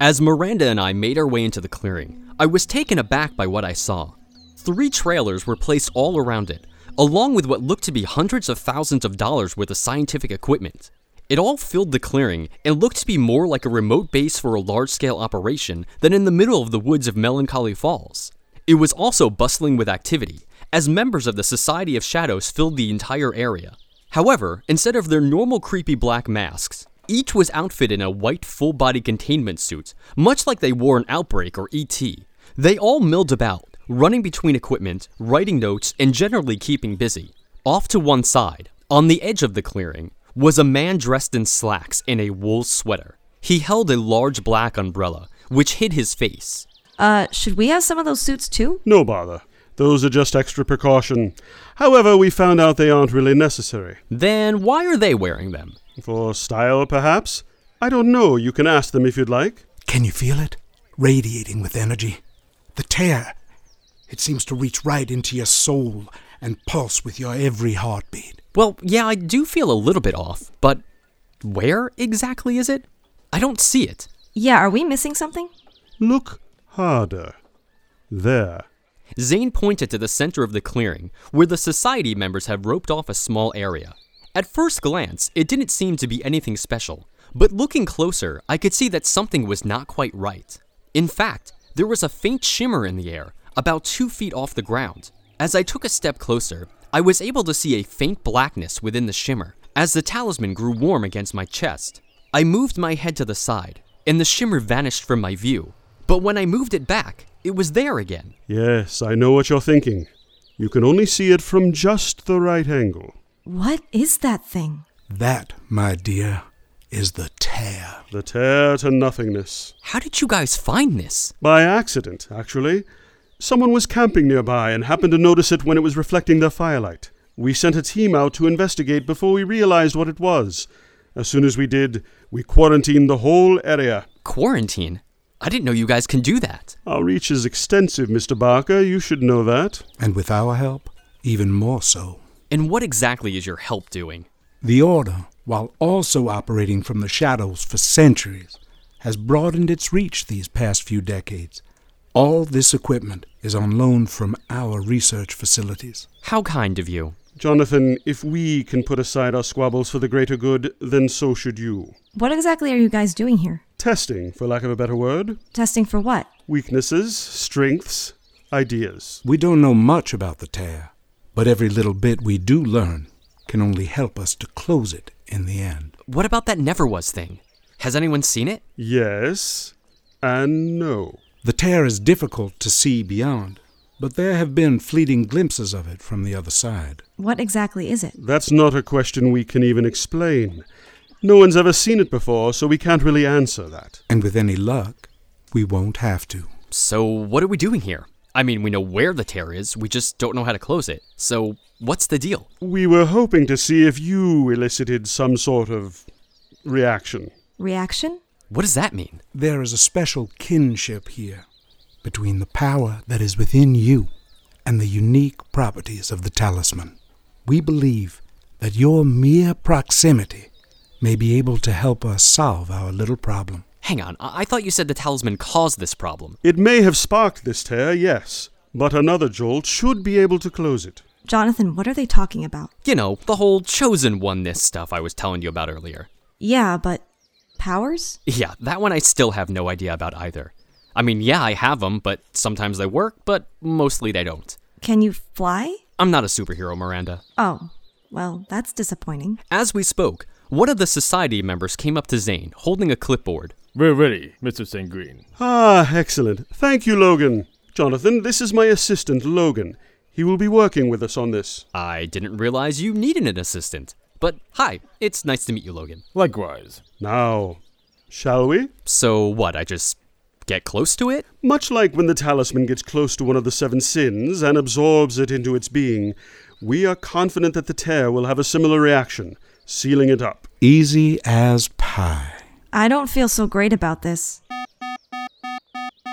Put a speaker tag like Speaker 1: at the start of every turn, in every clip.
Speaker 1: As Miranda and I made our way into the clearing, I was taken aback by what I saw. Three trailers were placed all around it, along with what looked to be hundreds of thousands of dollars worth of scientific equipment. It all filled the clearing and looked to be more like a remote base for a large scale operation than in the middle of the woods of Melancholy Falls. It was also bustling with activity, as members of the Society of Shadows filled the entire area. However, instead of their normal creepy black masks, each was outfitted in a white full body containment suit, much like they wore in Outbreak or ET. They all milled about, running between equipment, writing notes, and generally keeping busy. Off to one side, on the edge of the clearing, was a man dressed in slacks and a wool sweater. He held a large black umbrella, which hid his face.
Speaker 2: Uh, should we have some of those suits too?
Speaker 3: No bother. Those are just extra precaution. However, we found out they aren't really necessary.
Speaker 1: Then why are they wearing them?
Speaker 3: For style, perhaps? I don't know. You can ask them if you'd like.
Speaker 4: Can you feel it? Radiating with energy. The tear. It seems to reach right into your soul and pulse with your every heartbeat.
Speaker 1: Well, yeah, I do feel a little bit off, but where exactly is it? I don't see it.
Speaker 2: Yeah, are we missing something?
Speaker 3: Look harder. There.
Speaker 1: Zane pointed to the center of the clearing, where the society members have roped off a small area. At first glance, it didn't seem to be anything special, but looking closer, I could see that something was not quite right. In fact, there was a faint shimmer in the air, about two feet off the ground. As I took a step closer, I was able to see a faint blackness within the shimmer, as the talisman grew warm against my chest. I moved my head to the side, and the shimmer vanished from my view. But when I moved it back, it was there again.
Speaker 3: Yes, I know what you're thinking. You can only see it from just the right angle.
Speaker 2: What is that thing?
Speaker 4: That, my dear, is the tear.
Speaker 3: The tear to nothingness.
Speaker 1: How did you guys find this?
Speaker 3: By accident, actually. Someone was camping nearby and happened to notice it when it was reflecting their firelight. We sent a team out to investigate before we realized what it was. As soon as we did, we quarantined the whole area.
Speaker 1: Quarantine? I didn't know you guys can do that.
Speaker 3: Our reach is extensive, Mr. Barker. You should know that.
Speaker 4: And with our help, even more so.
Speaker 1: And what exactly is your help doing?
Speaker 4: The Order, while also operating from the shadows for centuries, has broadened its reach these past few decades. All this equipment is on loan from our research facilities.
Speaker 1: How kind of you.
Speaker 3: Jonathan, if we can put aside our squabbles for the greater good, then so should you.
Speaker 2: What exactly are you guys doing here?
Speaker 3: Testing, for lack of a better word.
Speaker 2: Testing for what?
Speaker 3: Weaknesses, strengths, ideas.
Speaker 4: We don't know much about the tear, but every little bit we do learn can only help us to close it in the end.
Speaker 1: What about that never was thing? Has anyone seen it?
Speaker 3: Yes and no.
Speaker 4: The tear is difficult to see beyond, but there have been fleeting glimpses of it from the other side.
Speaker 2: What exactly is it?
Speaker 3: That's not a question we can even explain. No one's ever seen it before, so we can't really answer that.
Speaker 4: And with any luck, we won't have to.
Speaker 1: So, what are we doing here? I mean, we know where the tear is, we just don't know how to close it. So, what's the deal?
Speaker 3: We were hoping to see if you elicited some sort of reaction.
Speaker 2: Reaction?
Speaker 1: What does that mean?
Speaker 4: There is a special kinship here between the power that is within you and the unique properties of the talisman. We believe that your mere proximity may be able to help us solve our little problem.
Speaker 1: Hang on, I, I thought you said the talisman caused this problem.
Speaker 3: It may have sparked this tear, yes, but another jolt should be able to close it.
Speaker 2: Jonathan, what are they talking about?
Speaker 1: You know, the whole chosen oneness stuff I was telling you about earlier.
Speaker 2: Yeah, but powers?
Speaker 1: Yeah, that one I still have no idea about either. I mean, yeah, I have them, but sometimes they work, but mostly they don't.
Speaker 2: Can you fly?
Speaker 1: I'm not a superhero, Miranda.
Speaker 2: Oh, well, that's disappointing.
Speaker 1: As we spoke, one of the society members came up to Zane, holding a clipboard.
Speaker 5: We're ready, Mr. St. Green.
Speaker 3: Ah, excellent. Thank you, Logan. Jonathan, this is my assistant, Logan. He will be working with us on this.
Speaker 1: I didn't realize you needed an assistant. But hi, it's nice to meet you, Logan.
Speaker 5: Likewise.
Speaker 3: Now, shall we?
Speaker 1: So what, I just get close to it?
Speaker 3: Much like when the talisman gets close to one of the seven sins and absorbs it into its being, we are confident that the tear will have a similar reaction, sealing it up.
Speaker 4: Easy as pie.
Speaker 2: I don't feel so great about this.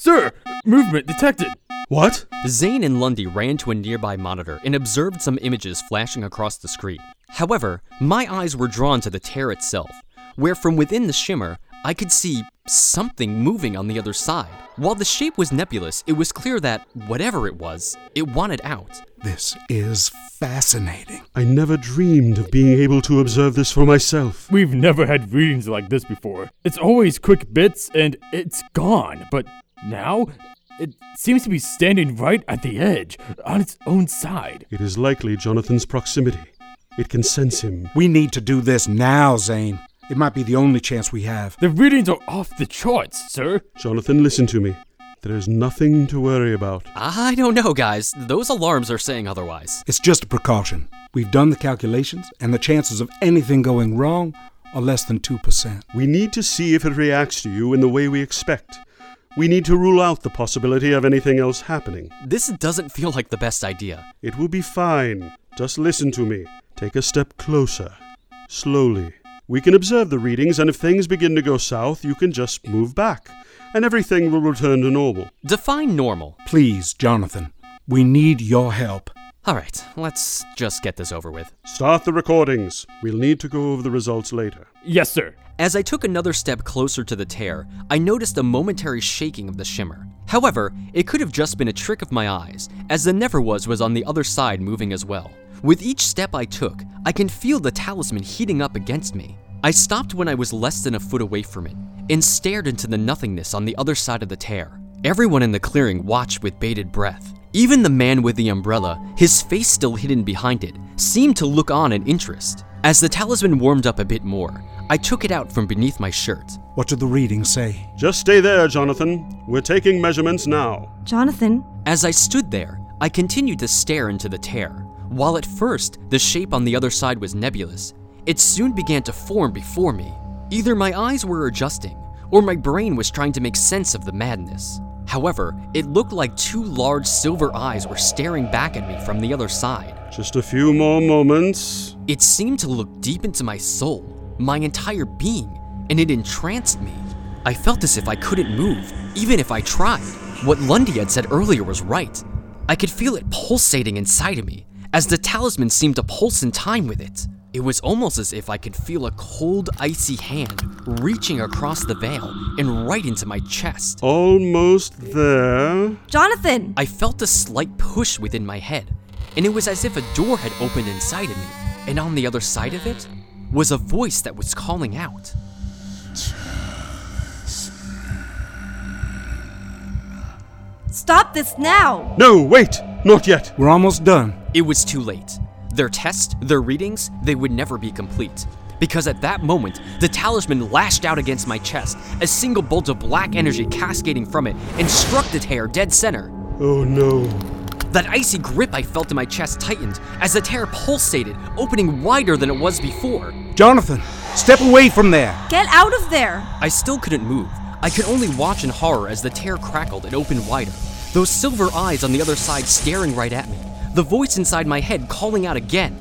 Speaker 5: Sir, movement detected.
Speaker 3: What?
Speaker 1: Zane and Lundy ran to a nearby monitor and observed some images flashing across the screen. However, my eyes were drawn to the tear itself, where from within the shimmer, I could see something moving on the other side. While the shape was nebulous, it was clear that, whatever it was, it wanted out.
Speaker 4: This is fascinating.
Speaker 3: I never dreamed of being able to observe this for myself.
Speaker 5: We've never had readings like this before. It's always quick bits and it's gone, but now it seems to be standing right at the edge, on its own side.
Speaker 3: It is likely Jonathan's proximity. It can sense him.
Speaker 4: We need to do this now, Zane. It might be the only chance we have.
Speaker 5: The readings are off the charts, sir.
Speaker 3: Jonathan, listen to me. There is nothing to worry about.
Speaker 1: I don't know, guys. Those alarms are saying otherwise.
Speaker 4: It's just a precaution. We've done the calculations, and the chances of anything going wrong are less than 2%.
Speaker 3: We need to see if it reacts to you in the way we expect. We need to rule out the possibility of anything else happening.
Speaker 1: This doesn't feel like the best idea.
Speaker 3: It will be fine. Just listen to me. Take a step closer. Slowly. We can observe the readings, and if things begin to go south, you can just move back, and everything will return to normal.
Speaker 1: Define normal.
Speaker 4: Please, Jonathan, we need your help.
Speaker 1: Alright, let's just get this over with.
Speaker 3: Start the recordings. We'll need to go over the results later.
Speaker 5: Yes, sir.
Speaker 1: As I took another step closer to the tear, I noticed a momentary shaking of the shimmer. However, it could have just been a trick of my eyes, as the Never Was was on the other side moving as well. With each step I took, I can feel the talisman heating up against me. I stopped when I was less than a foot away from it, and stared into the nothingness on the other side of the tear. Everyone in the clearing watched with bated breath. Even the man with the umbrella, his face still hidden behind it, seemed to look on in interest. As the talisman warmed up a bit more, I took it out from beneath my shirt.
Speaker 4: What do the readings say?
Speaker 3: Just stay there, Jonathan. We're taking measurements now.
Speaker 2: Jonathan,
Speaker 1: As I stood there, I continued to stare into the tear. While at first the shape on the other side was nebulous, it soon began to form before me. Either my eyes were adjusting, or my brain was trying to make sense of the madness. However, it looked like two large silver eyes were staring back at me from the other side.
Speaker 3: Just a few more moments.
Speaker 1: It seemed to look deep into my soul, my entire being, and it entranced me. I felt as if I couldn't move, even if I tried. What Lundy had said earlier was right. I could feel it pulsating inside of me, as the talisman seemed to pulse in time with it. It was almost as if I could feel a cold, icy hand reaching across the veil and right into my chest.
Speaker 3: Almost there.
Speaker 2: Jonathan!
Speaker 1: I felt a slight push within my head, and it was as if a door had opened inside of me, and on the other side of it was a voice that was calling out.
Speaker 2: Stop this now!
Speaker 3: No, wait! Not yet!
Speaker 4: We're almost done.
Speaker 1: It was too late. Their test, their readings, they would never be complete. Because at that moment, the talisman lashed out against my chest, a single bolt of black energy cascading from it, and struck the tear dead center.
Speaker 3: Oh no.
Speaker 1: That icy grip I felt in my chest tightened as the tear pulsated, opening wider than it was before.
Speaker 4: Jonathan, step away from there.
Speaker 2: Get out of there!
Speaker 1: I still couldn't move. I could only watch in horror as the tear crackled and opened wider, those silver eyes on the other side staring right at me, the voice inside my head calling out again.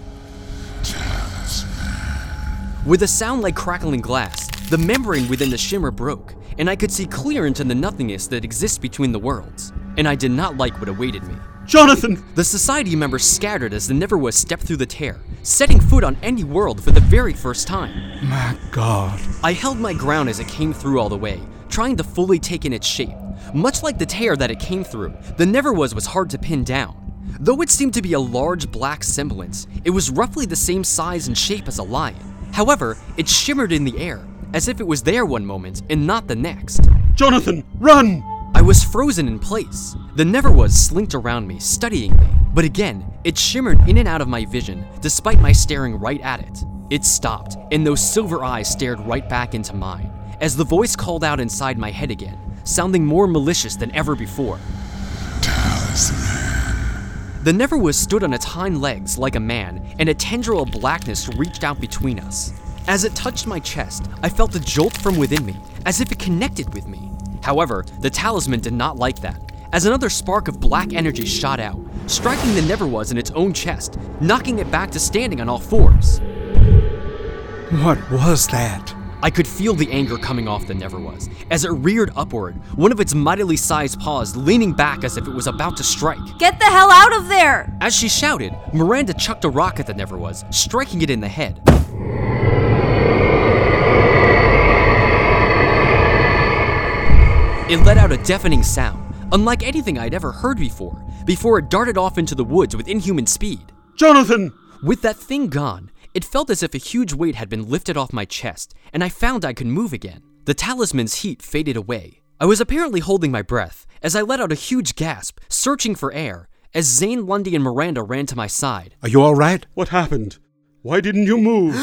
Speaker 1: With a sound like crackling glass, the membrane within the shimmer broke, and I could see clear into the nothingness that exists between the worlds. And I did not like what awaited me.
Speaker 3: Jonathan!
Speaker 1: The society members scattered as the Never Was stepped through the tear, setting foot on any world for the very first time.
Speaker 4: My God.
Speaker 1: I held my ground as it came through all the way, trying to fully take in its shape. Much like the tear that it came through, the Never Was was hard to pin down. Though it seemed to be a large black semblance, it was roughly the same size and shape as a lion. However, it shimmered in the air, as if it was there one moment and not the next.
Speaker 3: Jonathan! Run!
Speaker 1: I was frozen in place. The Never Was slinked around me, studying me. But again, it shimmered in and out of my vision, despite my staring right at it. It stopped, and those silver eyes stared right back into mine, as the voice called out inside my head again, sounding more malicious than ever before. The Never Was stood on its hind legs like a man, and a tendril of blackness reached out between us. As it touched my chest, I felt a jolt from within me, as if it connected with me. However, the talisman did not like that, as another spark of black energy shot out, striking the Never Was in its own chest, knocking it back to standing on all fours.
Speaker 4: What was that?
Speaker 1: I could feel the anger coming off the Never Was, as it reared upward, one of its mightily sized paws leaning back as if it was about to strike.
Speaker 2: Get the hell out of there!
Speaker 1: As she shouted, Miranda chucked a rock at the Never Was, striking it in the head. It let out a deafening sound, unlike anything I'd ever heard before, before it darted off into the woods with inhuman speed.
Speaker 3: Jonathan!
Speaker 1: With that thing gone, it felt as if a huge weight had been lifted off my chest, and I found I could move again. The talisman's heat faded away. I was apparently holding my breath as I let out a huge gasp, searching for air, as Zane, Lundy, and Miranda ran to my side.
Speaker 4: Are you all right?
Speaker 3: What happened? Why didn't you move?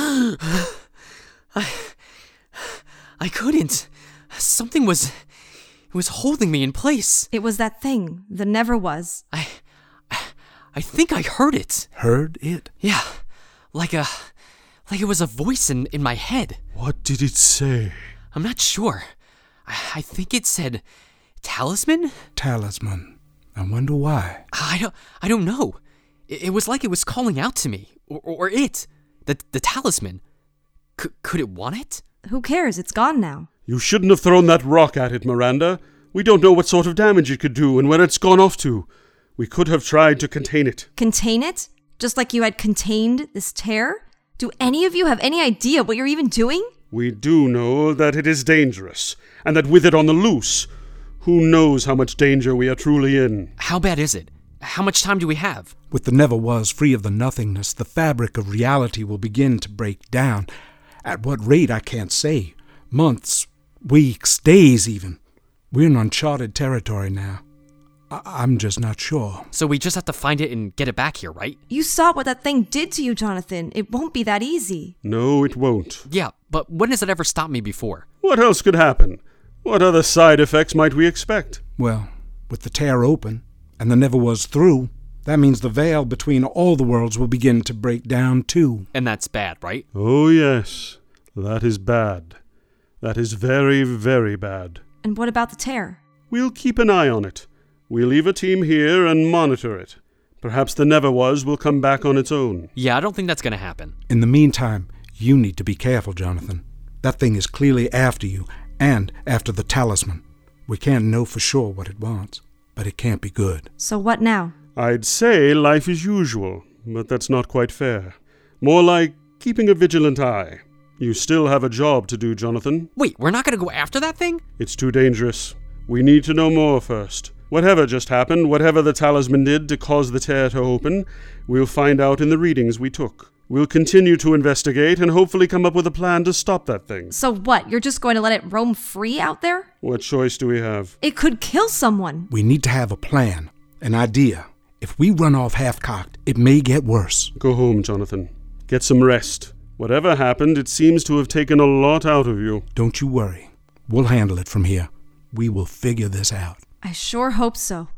Speaker 1: I couldn't. Something was. It was holding me in place.
Speaker 2: It was that thing that never was.
Speaker 1: I. I think I heard it.
Speaker 4: Heard it?
Speaker 1: Yeah. Like a. Like it was a voice in, in my head.
Speaker 3: what did it say?
Speaker 1: I'm not sure. I, I think it said. Talisman?
Speaker 4: Talisman. I wonder why.
Speaker 1: I don't, I don't know. It, it was like it was calling out to me, or, or it, the, the talisman. C- could it want it?
Speaker 2: Who cares? It's gone now.
Speaker 3: You shouldn't have thrown that rock at it, Miranda. We don't know what sort of damage it could do and where it's gone off to. We could have tried to contain it.
Speaker 2: Contain it? Just like you had contained this tear? Do any of you have any idea what you're even doing?
Speaker 3: We do know that it is dangerous, and that with it on the loose, who knows how much danger we are truly in.
Speaker 1: How bad is it? How much time do we have?
Speaker 4: With the never was free of the nothingness, the fabric of reality will begin to break down. At what rate, I can't say. Months, weeks, days, even. We're in uncharted territory now. I- I'm just not sure.
Speaker 1: So we just have to find it and get it back here, right?
Speaker 2: You saw what that thing did to you, Jonathan. It won't be that easy.
Speaker 3: No, it won't.
Speaker 1: Yeah, but when has it ever stopped me before?
Speaker 3: What else could happen? What other side effects might we expect?
Speaker 4: Well, with the tear open and the never was through, that means the veil between all the worlds will begin to break down too.
Speaker 1: And that's bad, right?
Speaker 3: Oh, yes. That is bad. That is very, very bad.
Speaker 2: And what about the tear?
Speaker 3: We'll keep an eye on it. We leave a team here and monitor it. Perhaps the Never Was will come back on its own.
Speaker 1: Yeah, I don't think that's gonna happen.
Speaker 4: In the meantime, you need to be careful, Jonathan. That thing is clearly after you and after the talisman. We can't know for sure what it wants, but it can't be good.
Speaker 2: So what now?
Speaker 3: I'd say life as usual, but that's not quite fair. More like keeping a vigilant eye. You still have a job to do, Jonathan.
Speaker 1: Wait, we're not gonna go after that thing?
Speaker 3: It's too dangerous. We need to know more first. Whatever just happened, whatever the talisman did to cause the tear to open, we'll find out in the readings we took. We'll continue to investigate and hopefully come up with a plan to stop that thing.
Speaker 2: So what? You're just going to let it roam free out there?
Speaker 3: What choice do we have?
Speaker 2: It could kill someone.
Speaker 4: We need to have a plan, an idea. If we run off half cocked, it may get worse.
Speaker 3: Go home, Jonathan. Get some rest. Whatever happened, it seems to have taken a lot out of you.
Speaker 4: Don't you worry. We'll handle it from here. We will figure this out.
Speaker 2: I sure hope so.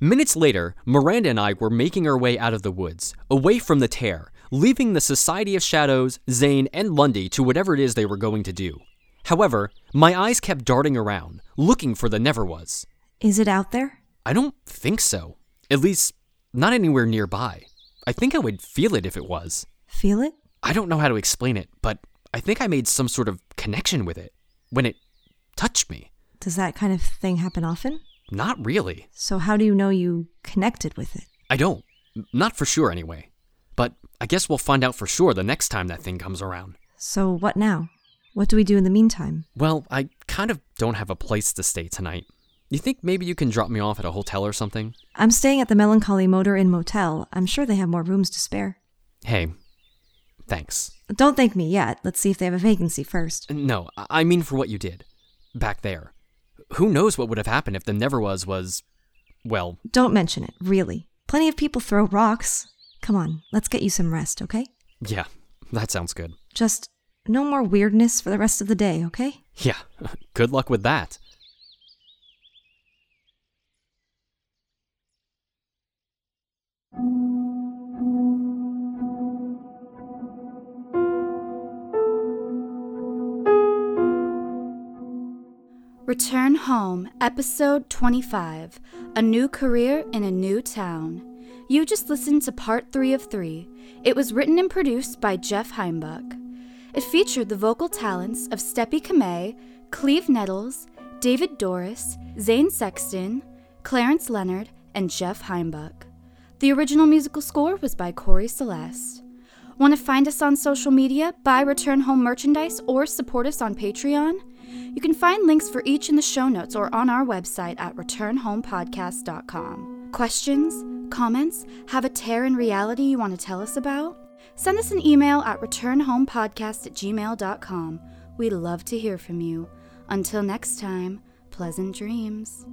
Speaker 1: Minutes later, Miranda and I were making our way out of the woods, away from the tear, leaving the Society of Shadows, Zane, and Lundy to whatever it is they were going to do. However, my eyes kept darting around, looking for the Never Was.
Speaker 2: Is it out there?
Speaker 1: I don't think so. At least, not anywhere nearby. I think I would feel it if it was.
Speaker 2: Feel it?
Speaker 1: I don't know how to explain it, but I think I made some sort of connection with it when it touched me.
Speaker 2: Does that kind of thing happen often?
Speaker 1: Not really.
Speaker 2: So how do you know you connected with it?
Speaker 1: I don't. N- Not for sure, anyway. But I guess we'll find out for sure the next time that thing comes around.
Speaker 2: So what now? What do we do in the meantime?
Speaker 1: Well, I kind of don't have a place to stay tonight. You think maybe you can drop me off at a hotel or something?
Speaker 2: I'm staying at the Melancholy Motor Inn Motel. I'm sure they have more rooms to spare.
Speaker 1: Hey, thanks.
Speaker 2: Don't thank me yet. Let's see if they have a vacancy first.
Speaker 1: No, I I mean for what you did. Back there. Who knows what would have happened if the Never Was was. Well,
Speaker 2: Don't mention it, really. Plenty of people throw rocks. Come on, let's get you some rest, okay?
Speaker 1: yeah, that sounds good.
Speaker 2: Just no more weirdness for the rest of the day, okay?
Speaker 1: Yeah, good luck with that.
Speaker 6: Return Home, Episode 25 A New Career in a New Town. You just listened to part three of three. It was written and produced by Jeff Heimbuck. It featured the vocal talents of Steppy Kamei, Cleve Nettles, David Doris, Zane Sexton, Clarence Leonard, and Jeff Heimbuck. The original musical score was by Corey Celeste. Want to find us on social media, buy Return Home merchandise, or support us on Patreon? You can find links for each in the show notes or on our website at returnhomepodcast.com. Questions? Comments? Have a tear in reality you want to tell us about? Send us an email at returnhomepodcast at gmail.com. We love to hear from you. Until next time, pleasant dreams.